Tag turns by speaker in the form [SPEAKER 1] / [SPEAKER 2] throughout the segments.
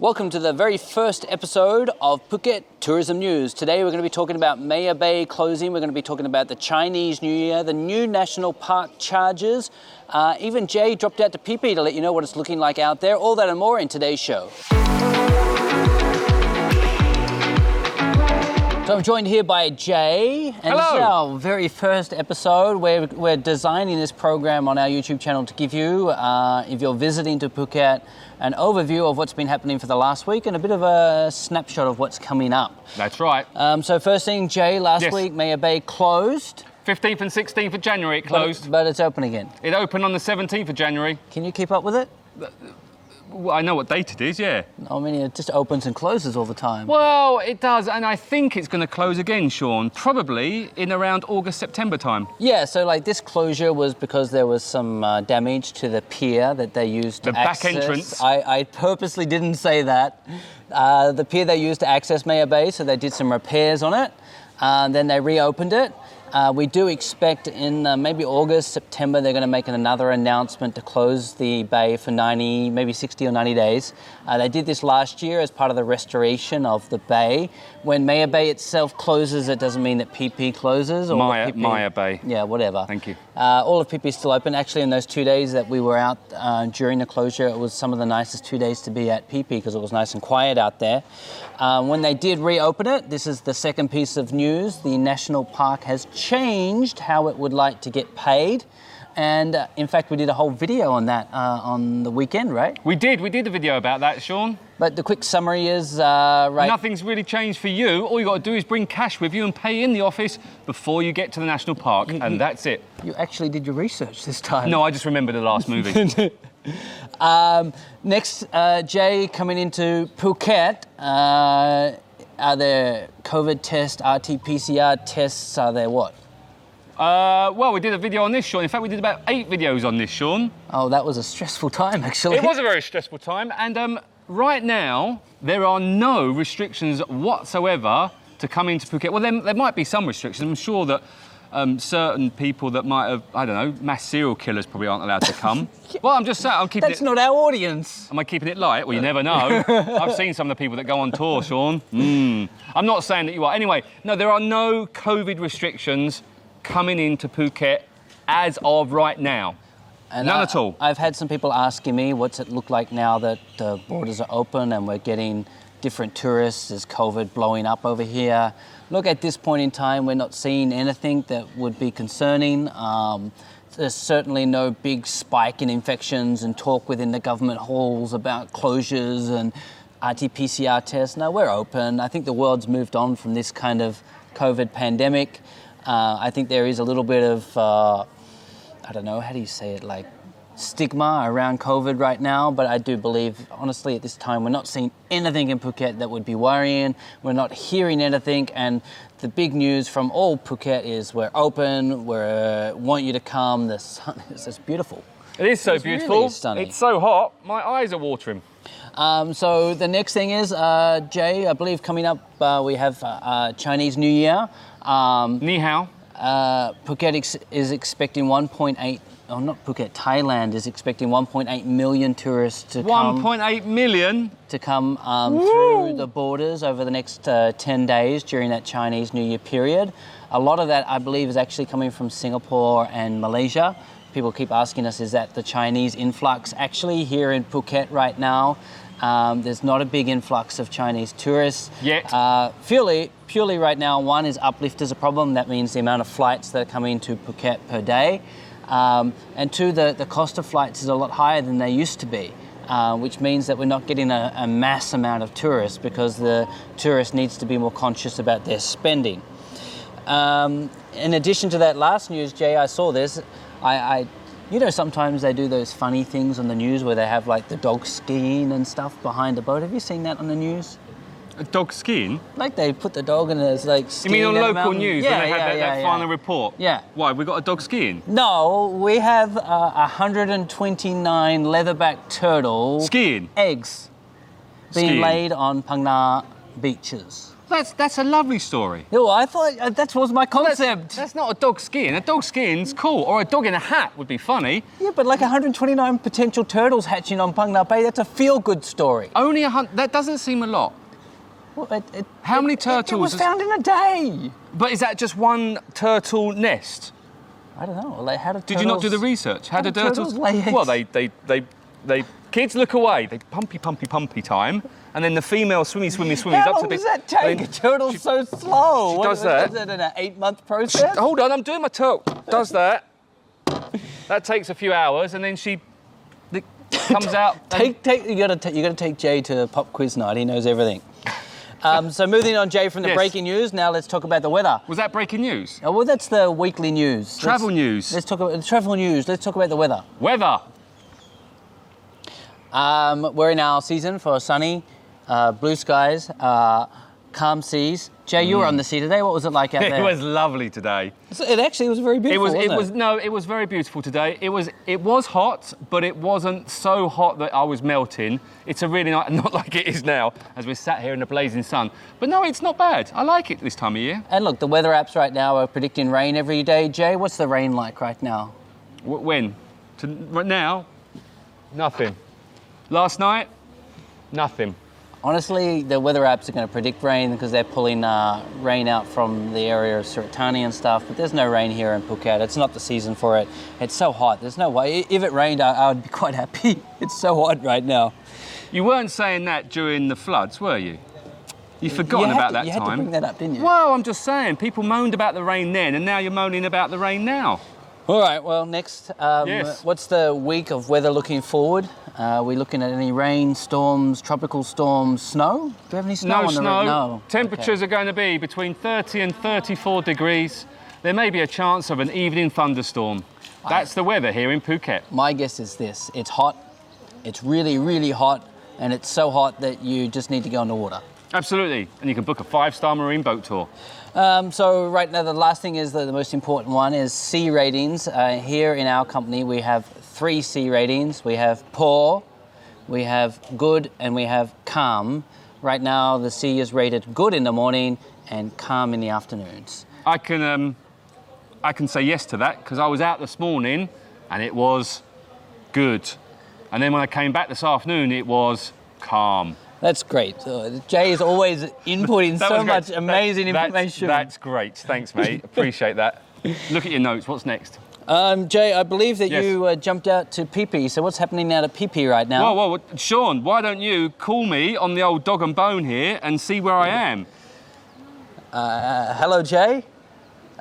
[SPEAKER 1] Welcome to the very first episode of Phuket Tourism News. Today we're going to be talking about Maya Bay closing, we're going to be talking about the Chinese New Year, the new national park charges. Uh, even Jay dropped out to Phi Phi to let you know what it's looking like out there. All that and more in today's show. So I'm joined here by Jay, and this is
[SPEAKER 2] Hello.
[SPEAKER 1] our very first episode. We're, we're designing this program on our YouTube channel to give you, uh, if you're visiting to Phuket, an overview of what's been happening for the last week and a bit of a snapshot of what's coming up.
[SPEAKER 2] That's right.
[SPEAKER 1] Um, so first thing, Jay, last
[SPEAKER 2] Yes.
[SPEAKER 1] week Maya Bay closed,
[SPEAKER 2] 15th and 16th of January it
[SPEAKER 1] but-
[SPEAKER 2] closed.
[SPEAKER 1] but it's open again.
[SPEAKER 2] It opened on the 17th of January.
[SPEAKER 1] Can you keep up with it?
[SPEAKER 2] Well, I know what date it is, yeah.
[SPEAKER 1] I mean, it just opens and closes all the time.
[SPEAKER 2] Well, it does, and I think it's going to close again, Sean. Probably in around August, September time.
[SPEAKER 1] Yeah, so like this closure was because there was some uh, damage to the pier that they used to
[SPEAKER 2] The back
[SPEAKER 1] access-
[SPEAKER 2] entrance.
[SPEAKER 1] I, I purposely didn't say that. Uh, the pier they used to access Maya Bay, so they did some repairs on it. Uh, then they reopened it. Uh, we do expect in uh, maybe August, September, they're going to make another announcement to close the bay for 90, maybe 60 or 90 days. Uh, they did this last year as part of the restoration of the bay. When Maya Bay itself closes, it doesn't mean that PP closes or
[SPEAKER 2] Maya-
[SPEAKER 1] PP
[SPEAKER 2] Maya Bay.
[SPEAKER 1] yeah, whatever.
[SPEAKER 2] Thank you.
[SPEAKER 1] Uh, all of Pipi is still open. Actually, in those two days that we were out uh, during the closure, it was some of the nicest two days to be at Pipi because it was nice and quiet out there. Um, when they did reopen it, this is the second piece of news. The national park has changed how it would like to get paid. And uh, in fact, we did a whole video on that uh, on the weekend, right?
[SPEAKER 2] We did, we did a video about that, Sean.
[SPEAKER 1] But the quick summary is uh, right.
[SPEAKER 2] Nothing's really changed for you. All you got to do is bring cash with you and pay in the office before you get to the national park, and that's it.
[SPEAKER 1] You actually did your research this time.
[SPEAKER 2] No, I just remembered the last movie.
[SPEAKER 1] Next, uh, Jay, coming into Phuket, uh, are there COVID tests, RT-PCR tests? Are there what?
[SPEAKER 2] uh, well, we did a video on this, Sean. In fact, we did about eight videos on this, Sean.
[SPEAKER 1] Oh, that was a stressful time, actually.
[SPEAKER 2] It was a very stressful time, and um, right now there are no restrictions whatsoever to come into Phuket. Well, there, there might be some restrictions. I'm sure that um, certain people that might have, I don't know, mass serial killers probably aren't allowed to come. Well, I'm just saying, I'm keeping
[SPEAKER 1] That's
[SPEAKER 2] it.
[SPEAKER 1] not our audience.
[SPEAKER 2] Am I keeping it light? Well, you never know. I've seen some of the people that go on tour, Sean. Mm. I'm not saying that you are. Anyway, no, there are no COVID restrictions coming into Phuket as of right now.
[SPEAKER 1] And
[SPEAKER 2] None
[SPEAKER 1] I-
[SPEAKER 2] at all.
[SPEAKER 1] I've had some people asking me, what's it look like now that the borders are open and we're getting different tourists? Is COVID blowing up over here? Look, at this point in time, we're not seeing anything that would be concerning. Um, there's certainly no big spike in infections and talk within the government halls about closures and RT-PCR tests. No, we're open. I think the world's moved on from this kind of COVID pandemic. Uh, I think there is a little bit of uh, I don't know, how do you say it, like stigma around COVID right now, but I do believe, honestly, at this time, we're not seeing anything in Phuket that would be worrying. We're not hearing anything, and the big news from all Phuket is we're open, we uh, want you to come, the sun is just beautiful.
[SPEAKER 2] It is so
[SPEAKER 1] It's really
[SPEAKER 2] beautiful.
[SPEAKER 1] stunning.
[SPEAKER 2] It's so hot. My eyes are watering.
[SPEAKER 1] Um, so the next thing is, uh, Jay, I believe coming up uh, we have uh, uh, Chinese New Year. Um,
[SPEAKER 2] Ni hao.
[SPEAKER 1] Uh, Phuket ex- is expecting 1.8, oh, not Phuket, Thailand is expecting 1.8 million tourists to come,
[SPEAKER 2] 1.8 million.
[SPEAKER 1] to come um, through the borders over the next uh, 10 days during that Chinese New Year period. A lot of that, I believe, is actually coming from Singapore and Malaysia. People keep asking us, is that the Chinese influx? Actually, here in Phuket right now, um, there's not a big influx of Chinese tourists.
[SPEAKER 2] Yet.
[SPEAKER 1] Uh, purely, purely right now, one is uplift is a problem. That means the amount of flights that are coming to Phuket per day. Um, and two, the, the cost of flights is a lot higher than they used to be, uh, which means that we're not getting a, a mass amount of tourists because the tourist needs to be more conscious about their spending. Um, in addition to that last news, Jay, I saw this. I, I, you know, sometimes they do those funny things on the news where they have like the dog skiing and stuff behind the boat. Have you seen that on the news?
[SPEAKER 2] A dog skiing?
[SPEAKER 1] Like they put the dog in as like.
[SPEAKER 2] You mean
[SPEAKER 1] skiing
[SPEAKER 2] on
[SPEAKER 1] at a
[SPEAKER 2] local
[SPEAKER 1] mountain?
[SPEAKER 2] news
[SPEAKER 1] Yeah,
[SPEAKER 2] when they had
[SPEAKER 1] yeah,
[SPEAKER 2] that,
[SPEAKER 1] yeah,
[SPEAKER 2] that
[SPEAKER 1] yeah.
[SPEAKER 2] final report?
[SPEAKER 1] Yeah.
[SPEAKER 2] Why? We got a dog skiing?
[SPEAKER 1] No, we have uh, 129 leatherback turtle
[SPEAKER 2] Skiing?
[SPEAKER 1] eggs being
[SPEAKER 2] Skiing.
[SPEAKER 1] laid on Pangna beaches.
[SPEAKER 2] That's, that's a lovely story.
[SPEAKER 1] No, I thought uh, that was my
[SPEAKER 2] That's,
[SPEAKER 1] concept.
[SPEAKER 2] that's not a dog skiing. A dog skiing's cool, or a dog in a hat would be funny.
[SPEAKER 1] yeah, but like 129 potential turtles hatching on Pangna Bay, that's a feel good story.
[SPEAKER 2] Only a hun- that doesn't seem a lot.
[SPEAKER 1] Well, it- it-
[SPEAKER 2] How many
[SPEAKER 1] it- it- It,
[SPEAKER 2] turtles
[SPEAKER 1] was
[SPEAKER 2] is-
[SPEAKER 1] found in a day.
[SPEAKER 2] But is that just one turtle nest?
[SPEAKER 1] I don't know. Like, how did
[SPEAKER 2] Did you not do the
[SPEAKER 1] turtles-
[SPEAKER 2] research? How
[SPEAKER 1] How
[SPEAKER 2] do
[SPEAKER 1] do turtles
[SPEAKER 2] turtles?
[SPEAKER 1] lay eggs?
[SPEAKER 2] Well, they, they, they, they, kids look away. They pumpy, pumpy, pumpy time, and then the female swimmy, swimmy, swimmy
[SPEAKER 1] How
[SPEAKER 2] is up
[SPEAKER 1] long
[SPEAKER 2] to the.
[SPEAKER 1] does that take?
[SPEAKER 2] they-
[SPEAKER 1] a turtle's so slow.
[SPEAKER 2] she
[SPEAKER 1] What
[SPEAKER 2] does
[SPEAKER 1] is
[SPEAKER 2] that. oh,
[SPEAKER 1] Is that an eight-month process?
[SPEAKER 2] Hold on, I'm doing my turtle. Does that? that takes a few hours, and then she the, comes out. and-
[SPEAKER 1] Take, take, you gotta, ta- you gotta take Jay to pop quiz night. He knows everything. Um, so moving on, Jay, from the
[SPEAKER 2] Yes.
[SPEAKER 1] breaking news. Now let's talk about the weather.
[SPEAKER 2] was that breaking news?
[SPEAKER 1] Oh, well, that's the weekly news. Let's-
[SPEAKER 2] Travel news.
[SPEAKER 1] Let's talk about travel news. Let's talk about the weather.
[SPEAKER 2] Weather.
[SPEAKER 1] Um, we're in our season for sunny, uh, blue skies, uh, calm seas. Jay, you were on the sea today. What was it like out there?
[SPEAKER 2] It was lovely today.
[SPEAKER 1] So It actually was very
[SPEAKER 2] It
[SPEAKER 1] beautiful.
[SPEAKER 2] was. It
[SPEAKER 1] wasn't
[SPEAKER 2] was no. It was very beautiful today. It was. It was hot, but it wasn't so hot that I was melting. It's a really nice, not like it is now, as we're sat here in the blazing sun. But no, it's not bad. I like it this time of year.
[SPEAKER 1] And look, the weather apps right now are predicting rain every day. Jay, what's the rain like right now?
[SPEAKER 2] W- when? To, right now, nothing. Last night, nothing.
[SPEAKER 1] Honestly, the weather apps are going to predict rain because they're pulling uh, rain out from the area of Suratani and stuff. But there's no rain here in Phuket. It's not the season for it. It's so hot. There's no way. I- If it rained, I, I would be quite happy. It's so hot right now.
[SPEAKER 2] You weren't saying that during the floods, were you? You forgotten
[SPEAKER 1] you had
[SPEAKER 2] about
[SPEAKER 1] to,
[SPEAKER 2] that
[SPEAKER 1] you
[SPEAKER 2] time.
[SPEAKER 1] had to bring that up, didn't you?
[SPEAKER 2] well, I'm just saying, people moaned about the rain then, and now you're moaning about the rain now.
[SPEAKER 1] All right. Well, next. Um,
[SPEAKER 2] Yes.
[SPEAKER 1] What's the week of weather looking forward? Uh, are we looking at any rain, storms, tropical storms, snow? Do we have any snow
[SPEAKER 2] No
[SPEAKER 1] on the
[SPEAKER 2] snow.
[SPEAKER 1] road? No.
[SPEAKER 2] Temperatures are going to be between 30 and 34 degrees. There may be a chance of an evening thunderstorm. That's the weather here in Phuket.
[SPEAKER 1] My guess is this it's hot, it's really, really hot, and it's so hot that you just need to go underwater.
[SPEAKER 2] Absolutely. And you can book a five star marine boat tour.
[SPEAKER 1] Um, so, right now, the last thing is the, the most important one is C ratings. Uh, here in our company, we have three C ratings we have poor, we have good, and we have calm. Right now, the C is rated good in the morning and calm in the afternoons.
[SPEAKER 2] I can, um, I can say yes to that because I was out this morning and it was good. And then when I came back this afternoon, it was calm.
[SPEAKER 1] That's great. So Jay is always inputting
[SPEAKER 2] That
[SPEAKER 1] so
[SPEAKER 2] was great.
[SPEAKER 1] much
[SPEAKER 2] That-
[SPEAKER 1] amazing
[SPEAKER 2] that's-
[SPEAKER 1] information.
[SPEAKER 2] that's great. Thanks, mate. Appreciate that. Look at your notes. What's next?
[SPEAKER 1] Um, Jay, I believe that
[SPEAKER 2] Yes.
[SPEAKER 1] you uh, jumped out to PP. So what's happening now to PP right now?
[SPEAKER 2] Whoa, whoa, whoa, Oh, Sean, why don't you call me on the old dog and bone here and see where I am?
[SPEAKER 1] Uh, hello, Jay.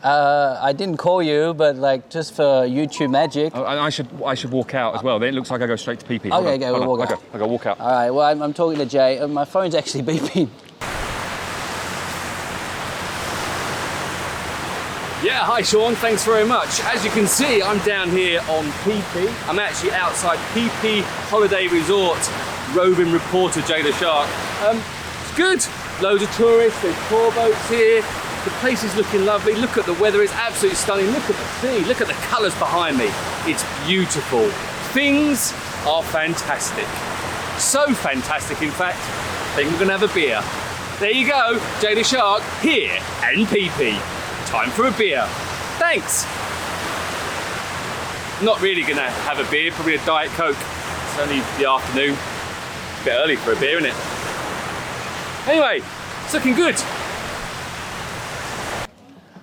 [SPEAKER 1] Uh, I didn't call you, but like just for YouTube magic.
[SPEAKER 2] Oh, and I should, I should walk out as well. Then it looks like I go straight to PP.
[SPEAKER 1] Okay, okay, we'll walk
[SPEAKER 2] I
[SPEAKER 1] out.
[SPEAKER 2] go, I go walk out.
[SPEAKER 1] All right. Well, I'm, I'm talking to Jay. Uh, my phone's actually beeping.
[SPEAKER 3] Yeah, hi Sean, thanks very much. As you can see, I'm down here on PP. I'm actually outside PP Holiday Resort, roving reporter Jada Shark. Um, it's good, loads of tourists, there's tour boats here. The place is looking lovely. Look at the weather, it's absolutely stunning. Look at the sea, look at the colours behind me. It's beautiful. Things are fantastic. So fantastic, in fact, I think we're gonna have a beer. There you go, Jada Shark here and PP. Time for a beer. Thanks. Not really gonna have a beer, probably a Diet Coke. It's only the afternoon. A bit early for a beer, isn't it? Anyway, it's looking good.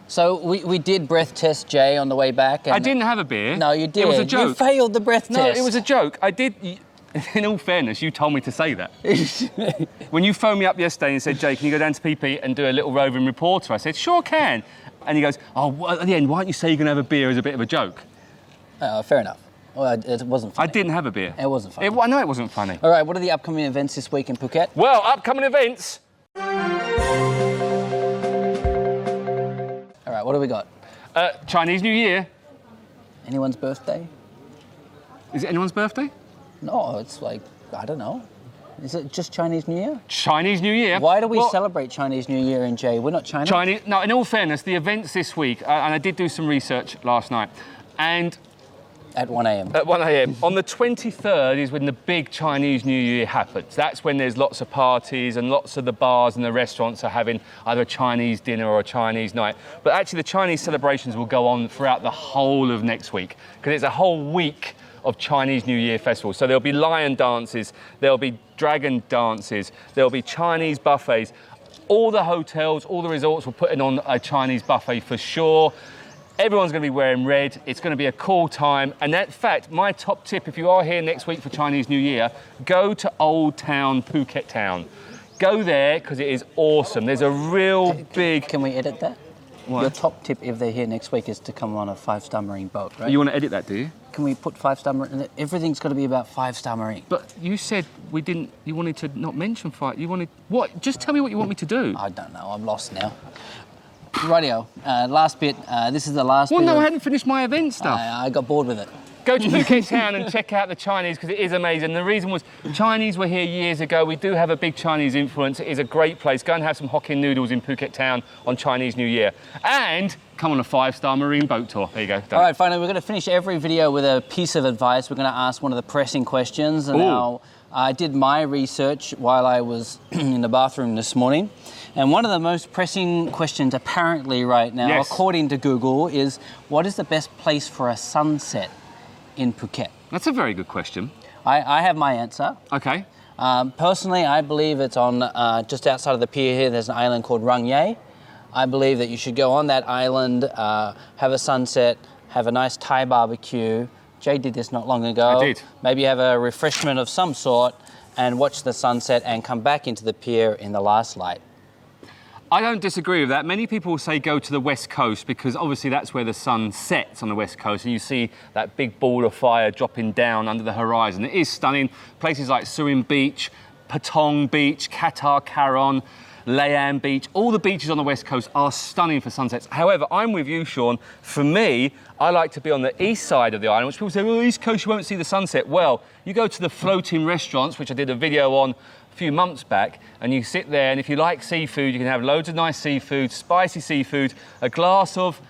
[SPEAKER 1] So we, we did breath test Jay on the way back. And
[SPEAKER 2] I didn't have a beer.
[SPEAKER 1] No, you did.
[SPEAKER 2] It was a
[SPEAKER 1] You
[SPEAKER 2] joke.
[SPEAKER 1] failed the breath
[SPEAKER 2] no,
[SPEAKER 1] test.
[SPEAKER 2] it was a joke. I did. In all fairness, you told me to say that. when you phoned me up yesterday and said, Jay, can you go down to PP and do a little roving reporter? I said, sure can. And he goes, oh, well, at the end, why don't you say you're going to have a beer as a bit of a joke?
[SPEAKER 1] Uh, fair enough. Well, it wasn't.
[SPEAKER 2] I
[SPEAKER 1] Funny.
[SPEAKER 2] didn't have a beer.
[SPEAKER 1] It wasn't funny.
[SPEAKER 2] It, I know it wasn't funny.
[SPEAKER 1] All right. What are the upcoming events this week in Phuket?
[SPEAKER 2] Well, upcoming events.
[SPEAKER 1] All right. What do we got?
[SPEAKER 2] Uh, Chinese New Year.
[SPEAKER 1] Anyone's birthday?
[SPEAKER 2] Is it anyone's birthday?
[SPEAKER 1] No, it's like I don't know. Is it just Chinese New Year?
[SPEAKER 2] Chinese New Year.
[SPEAKER 1] Why do we
[SPEAKER 2] Well,
[SPEAKER 1] celebrate Chinese New Year in Jay? We're not China.
[SPEAKER 2] Chinese. No, in all fairness, the events this week, uh, and I did do some research last night, and
[SPEAKER 1] at 1 a.m.
[SPEAKER 2] At 1 a.m. On the 23rd is when the big Chinese New Year happens. That's when there's lots of parties and lots of the bars and the restaurants are having either a Chinese dinner or a Chinese night. But actually, the Chinese celebrations will go on throughout the whole of next week because it's a whole week of Chinese New Year festivals. So there'll be lion dances, there'll be dragon dances, there'll be Chinese buffets. All the hotels, all the resorts will put in on a Chinese buffet for sure. Everyone's going to be wearing red. It's going to be a cool time. And in fact, my top tip if you are here next week for Chinese New Year, go to Old Town, Phuket Town. Go there because it is awesome. There's a real big.
[SPEAKER 1] Can we edit that? Your top tip if they're here next week is to come on a five star marine boat, right?
[SPEAKER 2] You want to edit that, do you?
[SPEAKER 1] Can we put five star marine? Everything's got to be about five star marine.
[SPEAKER 2] But you said we didn't. You wanted to not mention fight. You wanted what? Just tell me what you want me to do.
[SPEAKER 1] I don't know. I'm lost now. Radio. Uh, last bit. Uh, this is the last.
[SPEAKER 2] Well,
[SPEAKER 1] bit
[SPEAKER 2] no,
[SPEAKER 1] of-
[SPEAKER 2] I hadn't finished my event stuff.
[SPEAKER 1] I, I got bored with it.
[SPEAKER 2] Go to Phuket Town and check out the Chinese because it is amazing. The reason was Chinese were here years ago. We do have a big Chinese influence. It is a great place. Go and have some Hokkien noodles in Phuket Town on Chinese New Year. And come on a five star marine boat tour. There you go. Done.
[SPEAKER 1] All right, finally, we're going to finish every video with a piece of advice. We're going to ask one of the pressing questions. And
[SPEAKER 2] Ooh.
[SPEAKER 1] now I did my research while I was in the bathroom this morning. And one of the most pressing questions, apparently, right now,
[SPEAKER 2] Yes.
[SPEAKER 1] according to Google, is what is the best place for a sunset in Phuket?
[SPEAKER 2] That's a very good question.
[SPEAKER 1] I, I have my answer.
[SPEAKER 2] Okay.
[SPEAKER 1] Um, personally, I believe it's on uh, just outside of the pier here. There's an island called Rung Ye. I believe that you should go on that island, uh, have a sunset, have a nice Thai barbecue. Jay did this not long ago.
[SPEAKER 2] I did.
[SPEAKER 1] Maybe have a refreshment of some sort and watch the sunset and come back into the pier in the last light.
[SPEAKER 2] I don't disagree with that. Many people say go to the west coast because obviously that's where the sun sets on the west coast, and you see that big ball of fire dropping down under the horizon. It is stunning. Places like Surin Beach, Patong Beach, Qatar Caron, Layan Beach, all the beaches on the west coast are stunning for sunsets. However, I'm with you, Sean. For me, I like to be on the east side of the island, which people say, well, east coast, you won't see the sunset. Well, you go to the floating restaurants, which I did a video on a few months back and you sit there and if you like seafood you can have loads of nice seafood spicy seafood a glass of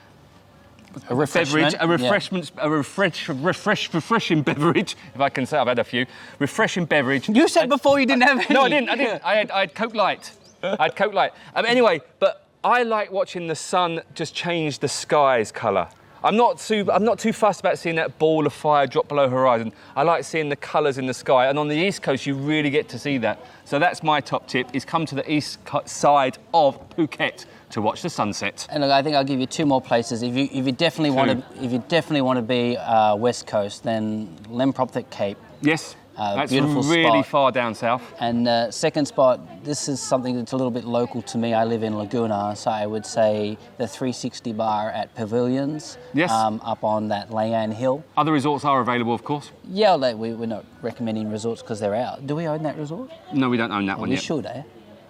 [SPEAKER 1] A
[SPEAKER 2] beverage
[SPEAKER 1] yeah.
[SPEAKER 2] a refreshment a refresh refresh refreshing beverage if i can say i've had a few refreshing beverage
[SPEAKER 1] You said before you didn't have any.
[SPEAKER 2] no, I didn't. I didn't. I had, I had Coke Light. I had Coke Light. Um, anyway, but I like watching the sun just change the sky's colour. I'm not too. I'm not too fussed about seeing that ball of fire drop below horizon. I like seeing the colours in the sky, and on the east coast, you really get to see that. So that's my top tip: is come to the east co- side of Phuket to watch the sunset.
[SPEAKER 1] And look, I think I'll give you two more places. If you if you definitely want
[SPEAKER 2] Two.
[SPEAKER 1] to if you definitely want to be uh, west coast, then Lemproptic Cape.
[SPEAKER 2] Yes,
[SPEAKER 1] Uh,
[SPEAKER 2] that's
[SPEAKER 1] beautiful
[SPEAKER 2] really
[SPEAKER 1] spot.
[SPEAKER 2] far down south.
[SPEAKER 1] And uh, second spot, this is something that's a little bit local to me. I live in Laguna, so I would say the 360 bar at Pavilions, um,
[SPEAKER 2] Yes.
[SPEAKER 1] up on that Layan Hill.
[SPEAKER 2] Other resorts are available, of course.
[SPEAKER 1] Yeah, like we, we're not recommending resorts because they're out. Do we own that resort?
[SPEAKER 2] No, we don't own that one
[SPEAKER 1] We
[SPEAKER 2] yet.
[SPEAKER 1] should, eh?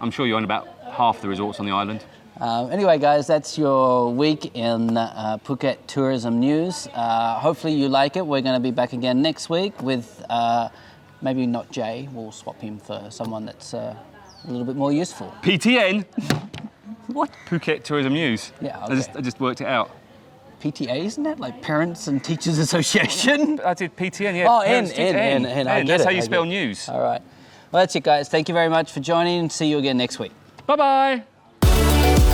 [SPEAKER 2] I'm sure you own about half the resorts on the island.
[SPEAKER 1] Um, anyway, guys, that's your week in uh, Phuket tourism news. Uh, hopefully, you like it. We're going to be back again next week with uh, maybe not Jay. We'll swap him for someone that's uh, a little bit more useful.
[SPEAKER 2] PTN. What? Phuket Tourism News.
[SPEAKER 1] Yeah,
[SPEAKER 2] I, just,
[SPEAKER 1] okay.
[SPEAKER 2] I just worked it out.
[SPEAKER 1] PTA, isn't it? Like Parents and Teachers Association.
[SPEAKER 2] I did PTN, yeah.
[SPEAKER 1] Oh, N,
[SPEAKER 2] Parents
[SPEAKER 1] N,
[SPEAKER 2] did
[SPEAKER 1] N, N. Uh, I
[SPEAKER 2] N,
[SPEAKER 1] get
[SPEAKER 2] That's
[SPEAKER 1] it,
[SPEAKER 2] how
[SPEAKER 1] I
[SPEAKER 2] you
[SPEAKER 1] get
[SPEAKER 2] spell
[SPEAKER 1] it.
[SPEAKER 2] news.
[SPEAKER 1] All right. Well, that's it, guys. Thank you very much for joining. See you again next week.
[SPEAKER 2] Bye bye.